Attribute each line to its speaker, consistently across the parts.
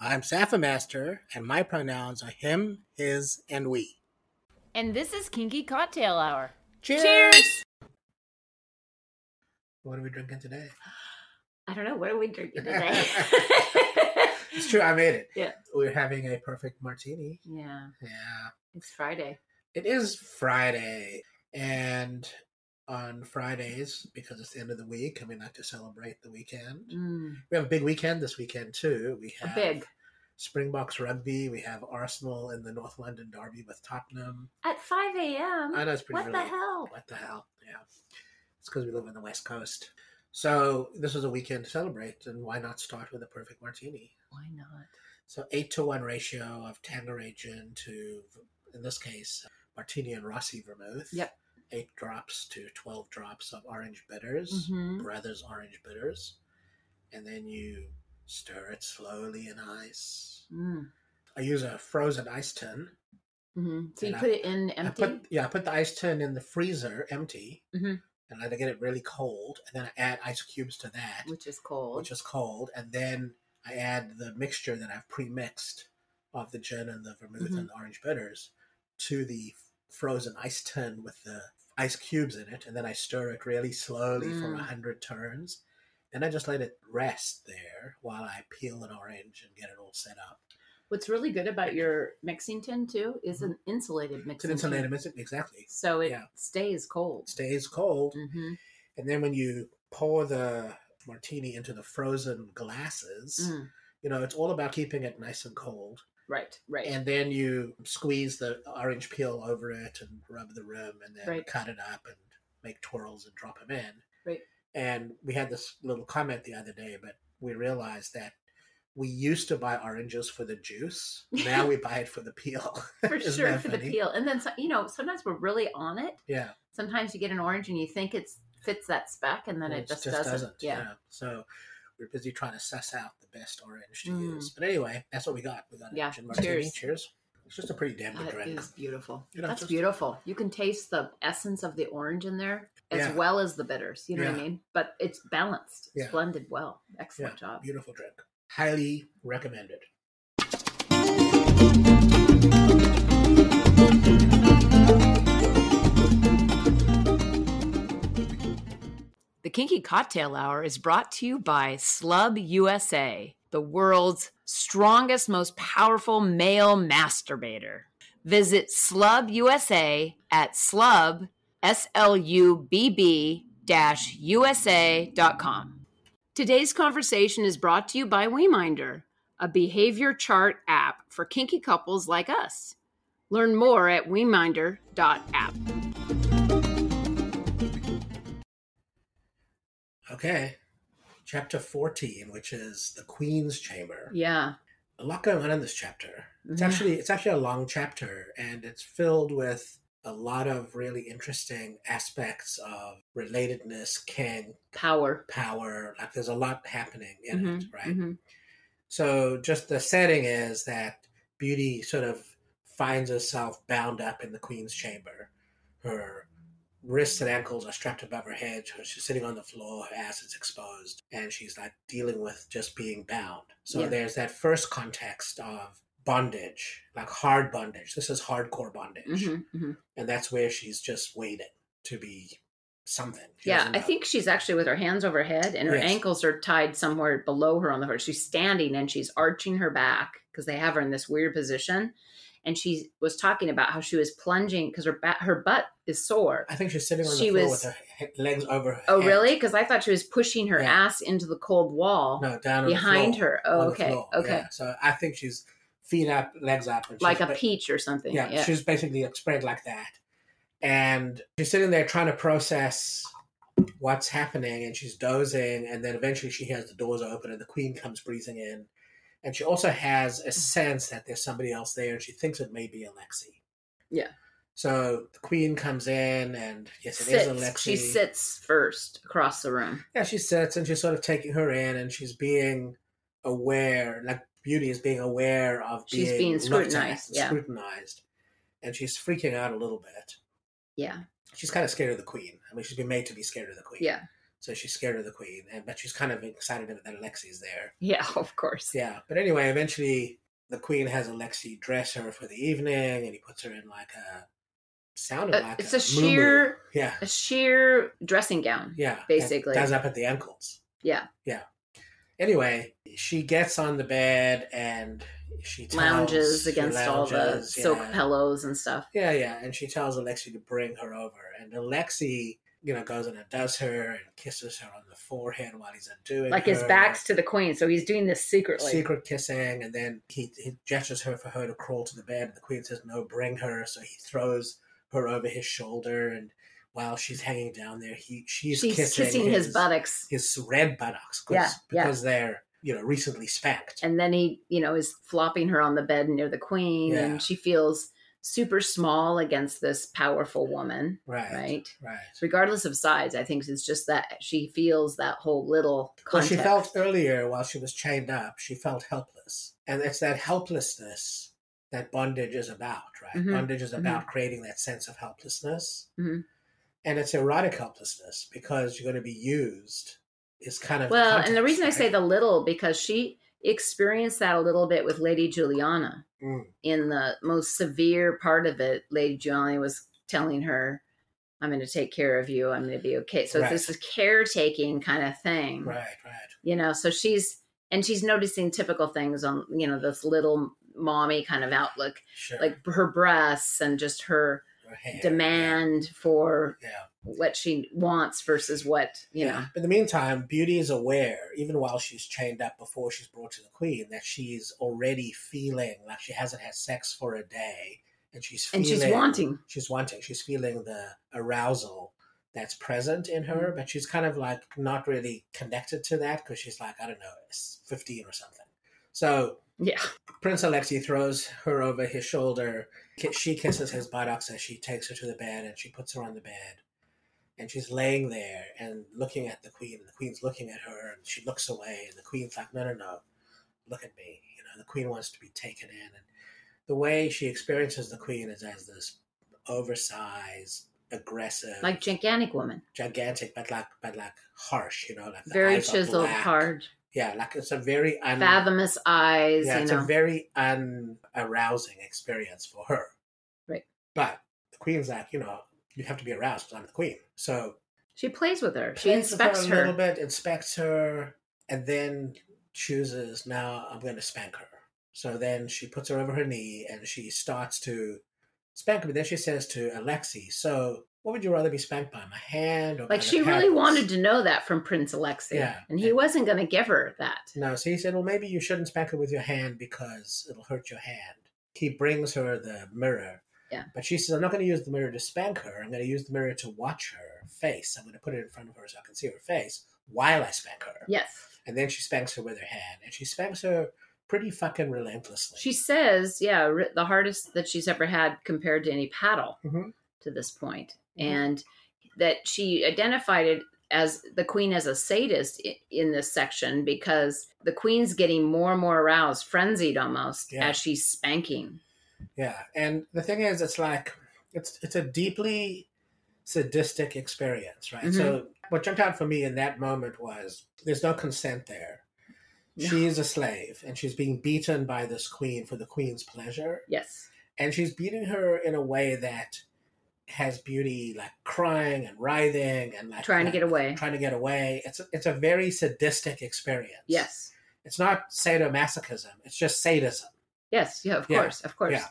Speaker 1: I'm Safa Master, and my pronouns are him, his, and we.
Speaker 2: And this is Kinky Cocktail Hour.
Speaker 1: Cheers!
Speaker 2: Cheers!
Speaker 1: What are we drinking today?
Speaker 2: I don't know, what are we drinking
Speaker 1: today? It's true, I made it.
Speaker 2: Yeah.
Speaker 1: We're having a perfect martini.
Speaker 2: yeah,
Speaker 1: Yeah.
Speaker 2: it's Friday.
Speaker 1: It is Friday, and on Fridays, because it's the end of the week and we like to celebrate the weekend,
Speaker 2: Mm,
Speaker 1: we have a big weekend this weekend too. We
Speaker 2: a
Speaker 1: have
Speaker 2: big.
Speaker 1: Springboks rugby. We have Arsenal in the North London derby with Tottenham.
Speaker 2: At 5 a.m.?
Speaker 1: I know it's pretty
Speaker 2: What the
Speaker 1: early.
Speaker 2: hell?
Speaker 1: What the hell? Yeah. It's because we live on the West Coast. So this is a weekend to celebrate, and why not start with a perfect martini?
Speaker 2: Why not?
Speaker 1: So eight to one ratio of Tanqueray gin to, in this case, martini and Rossi vermouth.
Speaker 2: Yep.
Speaker 1: Eight drops to twelve drops of orange bitters,
Speaker 2: Mhm.
Speaker 1: Brothers orange bitters, and then you stir it slowly in ice.
Speaker 2: Mm,
Speaker 1: I use a frozen ice tin.
Speaker 2: mhm. So you
Speaker 1: And I-
Speaker 2: put it in empty?
Speaker 1: I put yeah, I put the ice tin in the freezer empty,
Speaker 2: Mhm.
Speaker 1: and I get it really cold, and then I add ice cubes to that,
Speaker 2: which is cold.
Speaker 1: which is cold, and then I add the mixture that I've pre-mixed of the gin and the vermouth
Speaker 2: Mm-hmm.
Speaker 1: and the orange bitters to the frozen ice tin with the ice cubes in it, and then I stir it really slowly for
Speaker 2: Mm.
Speaker 1: a hundred turns, and I just let it rest there while I peel an orange and get it all set up.
Speaker 2: What's really good about your mixing tin too is an insulated
Speaker 1: Mm-hmm. It's an
Speaker 2: mixing
Speaker 1: insulated
Speaker 2: tin,
Speaker 1: mix, exactly.
Speaker 2: so it
Speaker 1: yeah.
Speaker 2: stays cold.
Speaker 1: It stays cold.
Speaker 2: Mm-hmm.
Speaker 1: And then when you pour the martini into the frozen glasses,
Speaker 2: Mm.
Speaker 1: you know, it's all about keeping it nice and cold.
Speaker 2: Right, right.
Speaker 1: And then you squeeze the orange peel over it and rub the rim and then
Speaker 2: Right.
Speaker 1: cut it up and make twirls and drop them in.
Speaker 2: Right.
Speaker 1: And we had this little comment the other day, but we realized that we used to buy oranges for the juice. Now we buy it for the peel.
Speaker 2: for
Speaker 1: Isn't
Speaker 2: sure
Speaker 1: that
Speaker 2: for the
Speaker 1: funny?
Speaker 2: peel, and then so, you know sometimes we're really on it.
Speaker 1: Yeah.
Speaker 2: Sometimes you get an orange and you think it's fits that spec, and then
Speaker 1: Well,
Speaker 2: it just, doesn't. Yeah.
Speaker 1: So we're busy trying to suss out the best orange to
Speaker 2: Mm.
Speaker 1: use. But anyway, that's what we got. We got
Speaker 2: Yeah.
Speaker 1: a gin martini.
Speaker 2: Cheers.
Speaker 1: Cheers. It's just a pretty damn good
Speaker 2: That
Speaker 1: drink.
Speaker 2: is beautiful.
Speaker 1: You know,
Speaker 2: That's
Speaker 1: just-
Speaker 2: beautiful. You can taste the essence of the orange in there as
Speaker 1: Yeah.
Speaker 2: well as the bitters. You know what I
Speaker 1: Yeah.
Speaker 2: mean? But it's balanced. It's
Speaker 1: Yeah.
Speaker 2: blended well. Excellent
Speaker 1: Yeah.
Speaker 2: job.
Speaker 1: Beautiful drink. Highly recommended.
Speaker 2: The Kinky Cocktail Hour is brought to you by Slub USA, the world's strongest, most powerful male masturbator. Visit Slub USA at slub, S L U B B USA.com. Today's conversation is brought to you by WeMinder, a behavior chart app for kinky couples like us. Learn more at WeMinder.app.
Speaker 1: Okay. Chapter 14, which is the Queen's Chamber.
Speaker 2: Yeah.
Speaker 1: A lot going on in this chapter. It's
Speaker 2: Yeah.
Speaker 1: actually it's actually a long chapter and it's filled with a lot of really interesting aspects of relatedness, kin,
Speaker 2: Power.
Speaker 1: power. Like there's a lot happening in it,
Speaker 2: Mhm,
Speaker 1: right?
Speaker 2: mhm.
Speaker 1: So just the setting is that Beauty sort of finds herself bound up in the Queen's chamber. Her wrists and ankles are strapped above her head. her- She's sitting on the floor. Her ass is exposed, and she's like dealing with just being bound. So
Speaker 2: Yeah.
Speaker 1: there's that first context of bondage, like hard bondage. This is hardcore bondage,
Speaker 2: Mhm, mhm.
Speaker 1: and that's where she's just waiting to be something. She
Speaker 2: Yeah,
Speaker 1: doesn't
Speaker 2: I
Speaker 1: know.
Speaker 2: think she's actually with her hands over her head and her
Speaker 1: Yes.
Speaker 2: ankles are tied somewhere below her on the floor. She's standing and she's arching her back because they have her in this weird position. And she was talking about how she was plunging because her back, her butt is sore.
Speaker 1: I think she's sitting on
Speaker 2: she
Speaker 1: the floor
Speaker 2: was-
Speaker 1: with her he- legs over. Her
Speaker 2: Oh,
Speaker 1: head.
Speaker 2: really? Because I thought she was pushing her
Speaker 1: Yeah.
Speaker 2: ass into the cold wall
Speaker 1: No, down on the
Speaker 2: behind
Speaker 1: floor,
Speaker 2: her. Oh,
Speaker 1: on the
Speaker 2: okay,
Speaker 1: floor,
Speaker 2: okay,
Speaker 1: yeah. So I think she's feet up, legs up, and she's
Speaker 2: like a
Speaker 1: ba-
Speaker 2: peach or something.
Speaker 1: yeah,
Speaker 2: yeah.
Speaker 1: she's basically like spread like that, and she's sitting there trying to process what's happening, and she's dozing, and then eventually she hears the doors open, and the queen comes breathing in, and she also has
Speaker 2: Mm.
Speaker 1: a sense that there's somebody else there, and she thinks it may be Alexei.
Speaker 2: Yeah.
Speaker 1: So the queen comes in, and yes, it is
Speaker 2: sits.
Speaker 1: Alexei.
Speaker 2: She sits first across the room.
Speaker 1: yeah, she sits and she's sort of taking her in, and she's being aware, like beauty is being aware of
Speaker 2: She's
Speaker 1: being
Speaker 2: being
Speaker 1: looked at
Speaker 2: scrutinized,
Speaker 1: and
Speaker 2: yeah.
Speaker 1: scrutinized, and she's freaking out a little bit.
Speaker 2: Yeah,
Speaker 1: She's kind of scared of the queen. I mean, she's been made to be scared of the queen.
Speaker 2: yeah,
Speaker 1: So she's scared of the queen, and but she's kind of excited that Alexi's there.
Speaker 2: yeah. Of course.
Speaker 1: Yeah, but anyway, eventually the queen has Alexi dress her for the evening, and he puts her in like a sounded
Speaker 2: Uh,
Speaker 1: like
Speaker 2: it's
Speaker 1: a,
Speaker 2: a
Speaker 1: muumuu.
Speaker 2: sheer,
Speaker 1: yeah,
Speaker 2: a sheer dressing gown.
Speaker 1: yeah, that
Speaker 2: basically.
Speaker 1: does up at the ankles.
Speaker 2: Yeah.
Speaker 1: yeah. Anyway, she gets on the bed and she tells,
Speaker 2: lounges
Speaker 1: she
Speaker 2: against all the
Speaker 1: lounges,
Speaker 2: silk
Speaker 1: yeah.
Speaker 2: pillows and stuff.
Speaker 1: Yeah, yeah. And she tells Alexi to bring her over. And Alexi, you know, goes and does her and kisses her on the forehead while he's undoing
Speaker 2: Like his
Speaker 1: her.
Speaker 2: back's to the queen, so he's doing this secretly.
Speaker 1: Secret kissing, and then he, he gestures her for her to crawl to the bed. The queen says, No, bring her. So he throws her over his shoulder. And while she's hanging down there, he she's,
Speaker 2: She's kissing, his, buttocks,
Speaker 1: His red buttocks. 'cause-
Speaker 2: Yeah, yeah.
Speaker 1: Because they're, you know, recently spanked.
Speaker 2: and then he, you know, is flopping her on the bed near the queen,
Speaker 1: Yeah.
Speaker 2: and she feels super small against this powerful woman,
Speaker 1: right. Right.
Speaker 2: right? Regardless of size, I think it's just that she feels that whole little context.
Speaker 1: Well, she felt earlier while she was chained up, she felt helpless. And it's that helplessness that bondage is about, right?
Speaker 2: Mhm.
Speaker 1: Bondage is about creating that sense of helplessness.
Speaker 2: Mhm.
Speaker 1: And it's erotic helplessness because you're going to be used is kind of.
Speaker 2: well, and the
Speaker 1: context,
Speaker 2: reason I say
Speaker 1: right?
Speaker 2: the little because she experienced that a little bit with Lady Juliana.
Speaker 1: Mm,
Speaker 2: in the most severe part of it, Lady Giuliani was telling her, I'm going to take care of you. I'm going to be okay. So
Speaker 1: Right.
Speaker 2: it's this is caretaking kind of thing,
Speaker 1: right, right.
Speaker 2: you know, so she's, and she's noticing typical things on, you know, this little mommy kind of outlook,
Speaker 1: Sure.
Speaker 2: like her breasts and just her
Speaker 1: Her hair,
Speaker 2: demand for
Speaker 1: Yeah.
Speaker 2: what she wants versus what, you know,
Speaker 1: In the meantime, Beauty is aware, even while she's chained up before she's brought to the Queen, that she's already feeling like she hasn't had sex for a day, and she's
Speaker 2: and
Speaker 1: feeling,
Speaker 2: she's wanting.
Speaker 1: she's wanting, she's feeling the arousal that's present in her,
Speaker 2: Mm-hmm.
Speaker 1: but she's kind of like not really connected to that because she's like I don't know, it's fifteen or something. So
Speaker 2: Yeah.
Speaker 1: Prince Alexei throws her over his shoulder. Ki- She kisses his buttocks as she takes her to the bed and she puts her on the bed. And she's laying there and looking at the queen. And the queen's looking at her and she looks away. And the queen's like, no, no, no, look at me. You know, the queen wants to be taken in. And the way she experiences the queen is as this oversized, aggressive,
Speaker 2: Like gigantic woman,
Speaker 1: gigantic, but like, but like harsh. You know, like the
Speaker 2: very
Speaker 1: eyes are
Speaker 2: chiseled,
Speaker 1: black.
Speaker 2: hard,
Speaker 1: Yeah, like it's a very un-
Speaker 2: fathomous eyes,
Speaker 1: yeah,
Speaker 2: you
Speaker 1: it's
Speaker 2: know.
Speaker 1: a very unarousing experience for her.
Speaker 2: Right.
Speaker 1: But the queen's like, you know, you have to be aroused because I'm the queen. So
Speaker 2: she plays with her. She
Speaker 1: plays with her
Speaker 2: inspects
Speaker 1: a
Speaker 2: her.
Speaker 1: little bit, inspects her, and then chooses. Now I'm going to spank her. So then she puts her over her knee and she starts to spank her. But then she says to Alexi, "So what would you rather be spanked by, my hand or by
Speaker 2: Like
Speaker 1: the
Speaker 2: she really
Speaker 1: paddles?"
Speaker 2: wanted to know that from Prince Alexei,
Speaker 1: Yeah.
Speaker 2: and he wasn't going to give her that.
Speaker 1: No, so he said, well, maybe you shouldn't spank her with your hand because it'll hurt your hand. He brings her the mirror.
Speaker 2: Yeah.
Speaker 1: But she says, I'm not going to use the mirror to spank her. I'm going to use the mirror to watch her face. I'm going to put it in front of her so I can see her face while I spank her.
Speaker 2: Yes,
Speaker 1: And then she spanks her with her hand. And she spanks her pretty fucking relentlessly.
Speaker 2: she says, yeah, ri- the hardest that she's ever had compared to any paddle
Speaker 1: Mhm.
Speaker 2: to this point,
Speaker 1: Mhm.
Speaker 2: and that she identified it as the queen as a sadist i- in this section because the queen's getting more and more aroused, frenzied almost
Speaker 1: Yeah.
Speaker 2: as she's spanking.
Speaker 1: Yeah, and the thing is, it's like it's it's a deeply sadistic
Speaker 2: Mm-hmm.
Speaker 1: experience, right? So what jumped out for me in that moment was there's no consent there. She is a slave and she's being beaten by this queen for the queen's pleasure.
Speaker 2: Yes.
Speaker 1: And she's beating her in a way that has beauty like crying and writhing and like
Speaker 2: Trying to get
Speaker 1: like,
Speaker 2: away.
Speaker 1: Trying to get away. It's a, it's a very sadistic experience.
Speaker 2: Yes.
Speaker 1: It's not sadomasochism, it's just sadism.
Speaker 2: Yes. Yeah. Of
Speaker 1: Yeah.
Speaker 2: course. Of course.
Speaker 1: Yeah.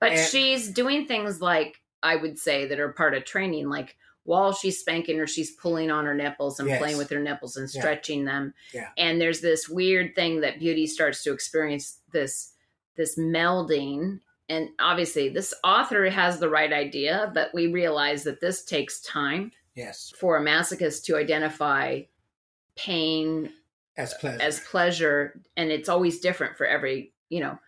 Speaker 2: But
Speaker 1: And-
Speaker 2: she's doing things like I would say that are part of training. Like while she's spanking her, she's pulling on her nipples and
Speaker 1: Yes.
Speaker 2: playing with her nipples and
Speaker 1: Yeah.
Speaker 2: stretching them.
Speaker 1: Yeah.
Speaker 2: And there's this weird thing that Beauty starts to experience this this melding. And obviously, this author has the right idea, but we realize that this takes time
Speaker 1: Yes,
Speaker 2: for a masochist to identify pain
Speaker 1: as pleasure.
Speaker 2: as pleasure and it's always different for every you know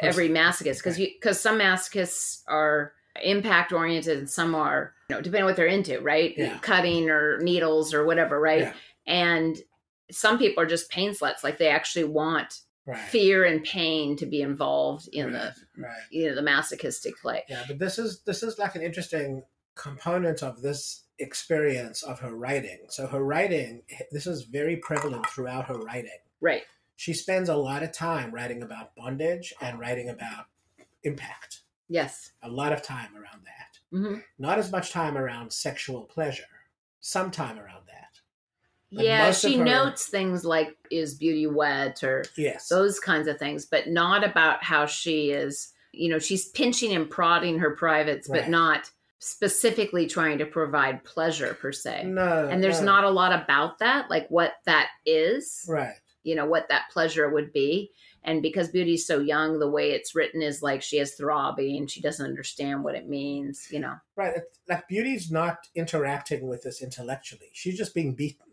Speaker 2: every masochist because you because some masochists are impact oriented and some are you know depending on what they're into right
Speaker 1: Yeah.
Speaker 2: cutting or needles or whatever right
Speaker 1: Yeah.
Speaker 2: and some people are just pain sluts like they actually want
Speaker 1: right.
Speaker 2: fear and pain to be involved in
Speaker 1: right,
Speaker 2: the
Speaker 1: right.
Speaker 2: you know the masochistic play
Speaker 1: Yeah, but this is this is like an interesting component of this experience of her writing. So her writing, this is very prevalent throughout her writing.
Speaker 2: right
Speaker 1: She spends a lot of time writing about bondage and writing about impact.
Speaker 2: yes
Speaker 1: A lot of time around that.
Speaker 2: hmm
Speaker 1: Not as much time around sexual pleasure. Some time around that. But
Speaker 2: yeah
Speaker 1: most of
Speaker 2: she
Speaker 1: her-
Speaker 2: notes things like is beauty wet or
Speaker 1: Yes.
Speaker 2: those kinds of things, but not about how she is, you know, she's pinching and prodding her privates,
Speaker 1: Right.
Speaker 2: but not specifically trying to provide pleasure per se.
Speaker 1: no.
Speaker 2: And there's
Speaker 1: no.
Speaker 2: not a lot about that, like what that is,
Speaker 1: right.
Speaker 2: you know, what that pleasure would be. And because Beauty's so young, the way it's written is like she is throbbing, she doesn't understand what it means, you know.
Speaker 1: Right. It's, like beauty's not interacting with this intellectually. She's just being beaten.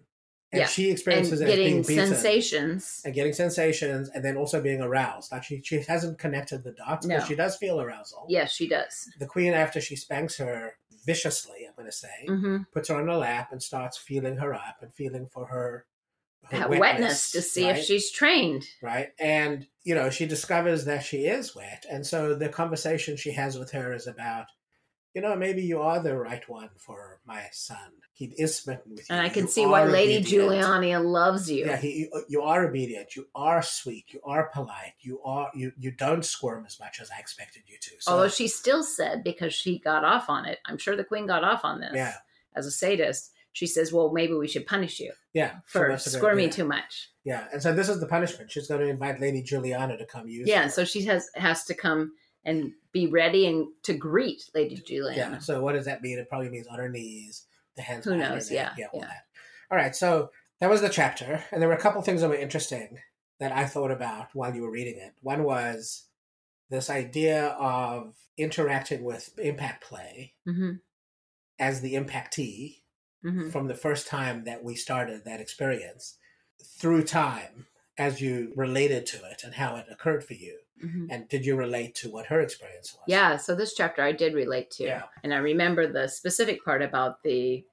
Speaker 1: And
Speaker 2: Yeah,
Speaker 1: she
Speaker 2: And
Speaker 1: experiences it as being
Speaker 2: getting
Speaker 1: beaten.
Speaker 2: sensations.
Speaker 1: and getting sensations and then also being aroused. Like she, she hasn't connected the dots, but
Speaker 2: No.
Speaker 1: she does feel arousal.
Speaker 2: Yes, she does.
Speaker 1: The queen, after she spanks her viciously, I'm going to say,
Speaker 2: hmm
Speaker 1: puts her on her lap and starts feeling her up and feeling for her, her
Speaker 2: Wetness, to see
Speaker 1: right?
Speaker 2: if she's trained.
Speaker 1: right. And you know, she discovers that she is wet, and so the conversation she has with her is about. You know, maybe you are the right one for my son. He is smitten with you.
Speaker 2: And I can
Speaker 1: You
Speaker 2: see why
Speaker 1: are
Speaker 2: Lady
Speaker 1: obedient.
Speaker 2: Giuliani loves you.
Speaker 1: Yeah, he, you, uh, you are obedient. You are sweet. You are polite. You are you. You don't squirm as much as I expected you to. So,
Speaker 2: Although she still said, because she got off on it, I'm sure the queen got off on this
Speaker 1: Yeah.
Speaker 2: as a sadist. She says, Well, maybe we should punish you
Speaker 1: yeah, she
Speaker 2: for
Speaker 1: must have been-
Speaker 2: squirming
Speaker 1: yeah,
Speaker 2: too much.
Speaker 1: Yeah, and so this is the punishment. She's going to invite Lady Juliana to come use.
Speaker 2: Yeah,
Speaker 1: her.
Speaker 2: so she has has to come and be ready and to greet Lady
Speaker 1: yeah.
Speaker 2: Juliana.
Speaker 1: So what does that mean? It probably means on her knees, the hands.
Speaker 2: Who
Speaker 1: behind her
Speaker 2: knows?
Speaker 1: neck,
Speaker 2: Yeah,
Speaker 1: yeah, all
Speaker 2: yeah.
Speaker 1: that. All right, so that was the chapter, and there were a couple things that were interesting that I thought about while you were reading it. One was this idea of interacting with impact play
Speaker 2: hmm
Speaker 1: as the impactee
Speaker 2: hmm
Speaker 1: from the first time that we started that experience through time as you related to it and how it occurred for you
Speaker 2: hmm
Speaker 1: and did you relate to what her experience was
Speaker 2: Yeah, so this chapter I did relate to.
Speaker 1: Yeah.
Speaker 2: And I remember the specific part about the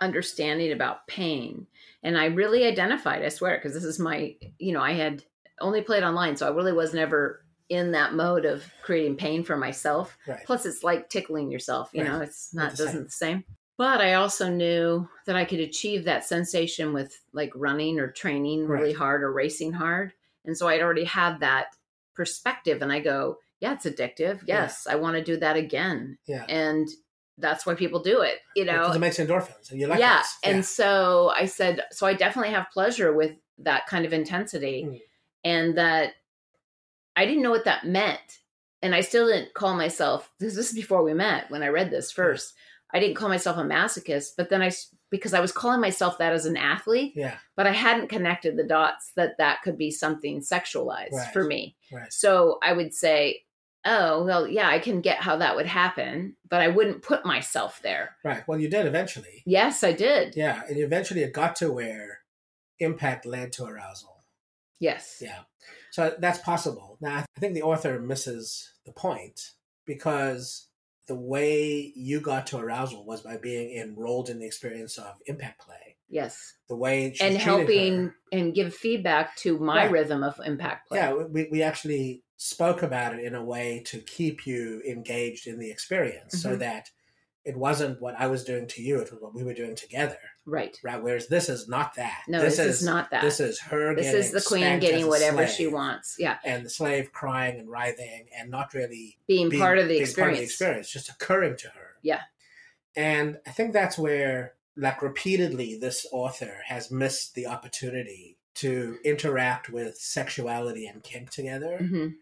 Speaker 2: understanding about pain. And I really identified, I swear, because this is my, you know, I had only played online, so I really was never in that mode of creating pain for myself.
Speaker 1: right
Speaker 2: Plus, it's like tickling yourself, you
Speaker 1: Right.
Speaker 2: know, it's not,
Speaker 1: It's the same.
Speaker 2: doesn't the same. But I also knew that I could achieve that sensation with like running or training really
Speaker 1: Right.
Speaker 2: hard or racing hard. And so I'd already had that perspective. And I go, yeah, it's addictive.
Speaker 1: Yeah.
Speaker 2: Yes, I want to do that again.
Speaker 1: yeah
Speaker 2: And that's why people do it, you know?
Speaker 1: because it makes endorphins and you like
Speaker 2: yeah.
Speaker 1: this.
Speaker 2: And so I said, so I definitely have pleasure with that kind of intensity.
Speaker 1: Mm.
Speaker 2: And that I didn't know what that meant. And I still didn't call myself, this, this is before we met when I read
Speaker 1: Mm.
Speaker 2: this first. I didn't call myself a masochist, but then I, s- because I was calling myself that as an athlete,
Speaker 1: yeah
Speaker 2: but I hadn't connected the dots that that could be something sexualized
Speaker 1: Right.
Speaker 2: for me.
Speaker 1: right
Speaker 2: So I would say, oh, well, yeah, I can get how that would happen, but I wouldn't put myself there.
Speaker 1: right well you did eventually
Speaker 2: Yes, I did.
Speaker 1: yeah and eventually it got to where impact led to arousal
Speaker 2: Yes.
Speaker 1: Yeah. So that's possible. Now, I think the author misses the point because the way you got to arousal was by being enrolled in the experience of impact play.
Speaker 2: Yes.
Speaker 1: The way she
Speaker 2: and
Speaker 1: treated
Speaker 2: helping
Speaker 1: her-
Speaker 2: and give feedback to my
Speaker 1: Right.
Speaker 2: rhythm of impact play.
Speaker 1: Yeah, we, we actually spoke about it in a way to keep you engaged in the experience so
Speaker 2: Mhm.
Speaker 1: that it wasn't what I was doing to you; it was what we were doing together,
Speaker 2: Right.
Speaker 1: right? Whereas this is not that.
Speaker 2: No, this, is, not that.
Speaker 1: This is her.
Speaker 2: This
Speaker 1: getting
Speaker 2: is the queen
Speaker 1: spanked as
Speaker 2: getting
Speaker 1: a
Speaker 2: whatever
Speaker 1: slave,
Speaker 2: she wants. Yeah.
Speaker 1: and the slave crying and writhing and not really
Speaker 2: Being,
Speaker 1: being-
Speaker 2: part of the
Speaker 1: being part of
Speaker 2: experience.
Speaker 1: the experience, just occurring to her.
Speaker 2: Yeah.
Speaker 1: And I think that's where, like, repeatedly, this author has missed the opportunity to interact with sexuality and kink together
Speaker 2: Mhm.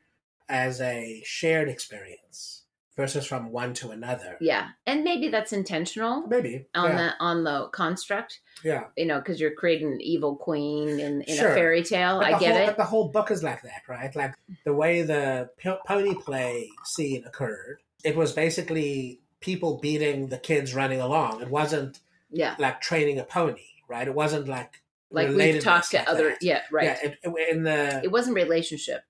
Speaker 1: as a shared experience versus from one to another.
Speaker 2: Yeah. And maybe that's intentional
Speaker 1: Maybe.
Speaker 2: on
Speaker 1: yeah.
Speaker 2: the on the construct,
Speaker 1: yeah.
Speaker 2: you know, because you're creating an evil queen in, in
Speaker 1: Sure.
Speaker 2: a fairy tale.
Speaker 1: But
Speaker 2: I
Speaker 1: the
Speaker 2: get
Speaker 1: whole,
Speaker 2: it. Mm-hmm.
Speaker 1: But the whole book is like that, right? Like the way the p- pony play scene occurred, it was basically people beating the kids running along. It wasn't
Speaker 2: yeah.
Speaker 1: like training a pony, right? It wasn't like
Speaker 2: Like we've
Speaker 1: relatedness
Speaker 2: talked to
Speaker 1: like
Speaker 2: other
Speaker 1: that.
Speaker 2: yeah, right.
Speaker 1: Yeah, it, it- in the
Speaker 2: it wasn't relationship.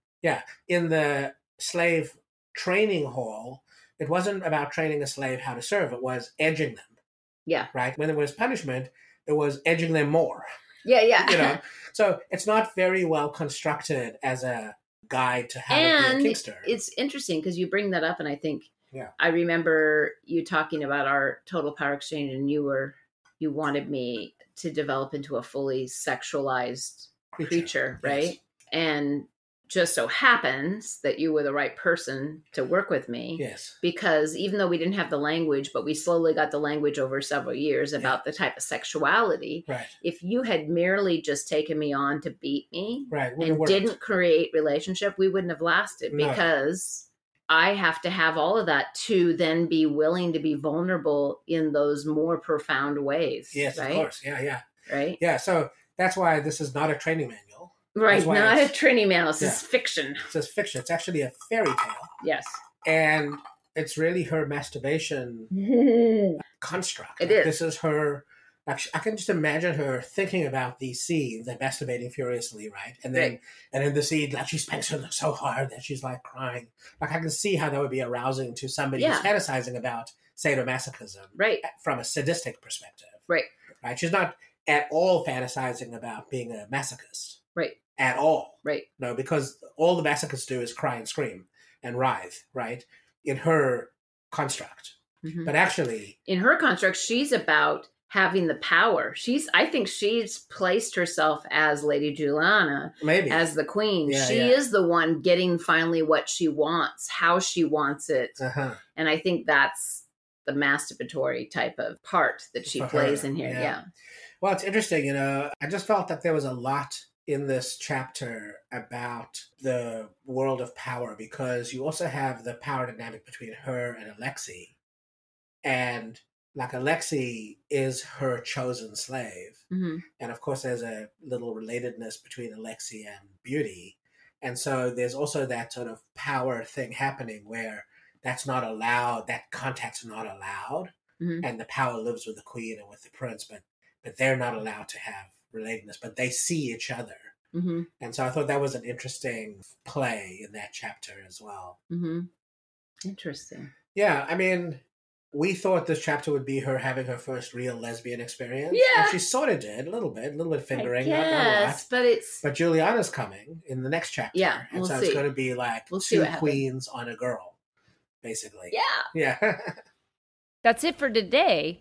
Speaker 1: in the slave training hall, it wasn't about training a slave how to serve. It was edging them.
Speaker 2: Yeah.
Speaker 1: Right. When there was punishment, it was edging them more.
Speaker 2: Yeah, yeah.
Speaker 1: You know. so it's not very well constructed as a guide to how to
Speaker 2: And
Speaker 1: be a kingster.
Speaker 2: it's interesting because you bring that up and i think
Speaker 1: Yeah.
Speaker 2: i remember you talking about our total power exchange and you were you wanted me to develop into a fully sexualized creature, right
Speaker 1: Yes.
Speaker 2: and just so happens that you were the right person to work with me
Speaker 1: Yes.
Speaker 2: because even though we didn't have the language but we slowly got the language over several years about the type of sexuality
Speaker 1: Right.
Speaker 2: if you had merely just taken me on to beat me
Speaker 1: Right. It
Speaker 2: and
Speaker 1: worked.
Speaker 2: didn't create relationship, we wouldn't have lasted
Speaker 1: No.
Speaker 2: because I have to have all of that to then be willing to be vulnerable in those more profound ways.
Speaker 1: Yes,
Speaker 2: right?
Speaker 1: of course. Yeah, yeah.
Speaker 2: Right,
Speaker 1: Yeah. So that's why this is not a training manual.
Speaker 2: right.
Speaker 1: why
Speaker 2: Not a
Speaker 1: it's-
Speaker 2: Trini mouse. It's
Speaker 1: Yeah.
Speaker 2: fiction.
Speaker 1: It's just fiction. It's actually a fairy tale.
Speaker 2: Yes,
Speaker 1: And it's really her masturbation
Speaker 2: it
Speaker 1: construct.
Speaker 2: It
Speaker 1: Like,
Speaker 2: is.
Speaker 1: This is her. Actually, I can just imagine her thinking about these scenes and masturbating furiously, right? And then,
Speaker 2: Right.
Speaker 1: and in the scene, like she spanks her so hard that she's like crying. Like I can see how that would be arousing to somebody
Speaker 2: Yeah.
Speaker 1: who's fantasizing about sadomasochism eh,
Speaker 2: right.
Speaker 1: from a sadistic perspective.
Speaker 2: Right.
Speaker 1: Right. She's not at all fantasizing about being a masochist.
Speaker 2: Right.
Speaker 1: At all.
Speaker 2: Right.
Speaker 1: No, because all the masochists do is cry and scream and writhe, right? In her construct.
Speaker 2: Mhm.
Speaker 1: But actually,
Speaker 2: in her construct, she's about having the power. She's, I think, she's placed herself as Lady Juliana
Speaker 1: maybe.
Speaker 2: as the queen.
Speaker 1: Yeah,
Speaker 2: she
Speaker 1: yeah.
Speaker 2: is the one getting finally what she wants, how she wants it,
Speaker 1: uh-huh.
Speaker 2: And I think that's the masturbatory type of part that she
Speaker 1: For her,
Speaker 2: plays in here. Yeah.
Speaker 1: yeah. Well, it's interesting, you know. I just felt that there was a lot in this chapter about the world of power because you also have the power dynamic between her and Alexei. And like Alexei is her chosen slave.
Speaker 2: Mhm.
Speaker 1: And of course, there's a little relatedness between Alexei and Beauty. And so there's also that sort of power thing happening where that's not allowed, that contact's not allowed.
Speaker 2: Mhm.
Speaker 1: And the power lives with the queen and with the prince, but, but they're not allowed to have relatedness, but they see each other.
Speaker 2: Mhm.
Speaker 1: And so I thought that was an interesting play in that chapter as well.
Speaker 2: Mhm. Interesting.
Speaker 1: Yeah, I mean, we thought this chapter would be her having her first real lesbian experience.
Speaker 2: Yeah.
Speaker 1: And she sort of did, a little bit, a little bit fingering, not, not a lot.
Speaker 2: Yes, but it's
Speaker 1: But Juliana's coming in the next chapter.
Speaker 2: Yeah,
Speaker 1: And
Speaker 2: we'll
Speaker 1: so
Speaker 2: see.
Speaker 1: it's going to be like
Speaker 2: We'll see
Speaker 1: two
Speaker 2: what happens.
Speaker 1: queens on a girl, basically.
Speaker 2: yeah.
Speaker 1: Yeah.
Speaker 3: That's it for today.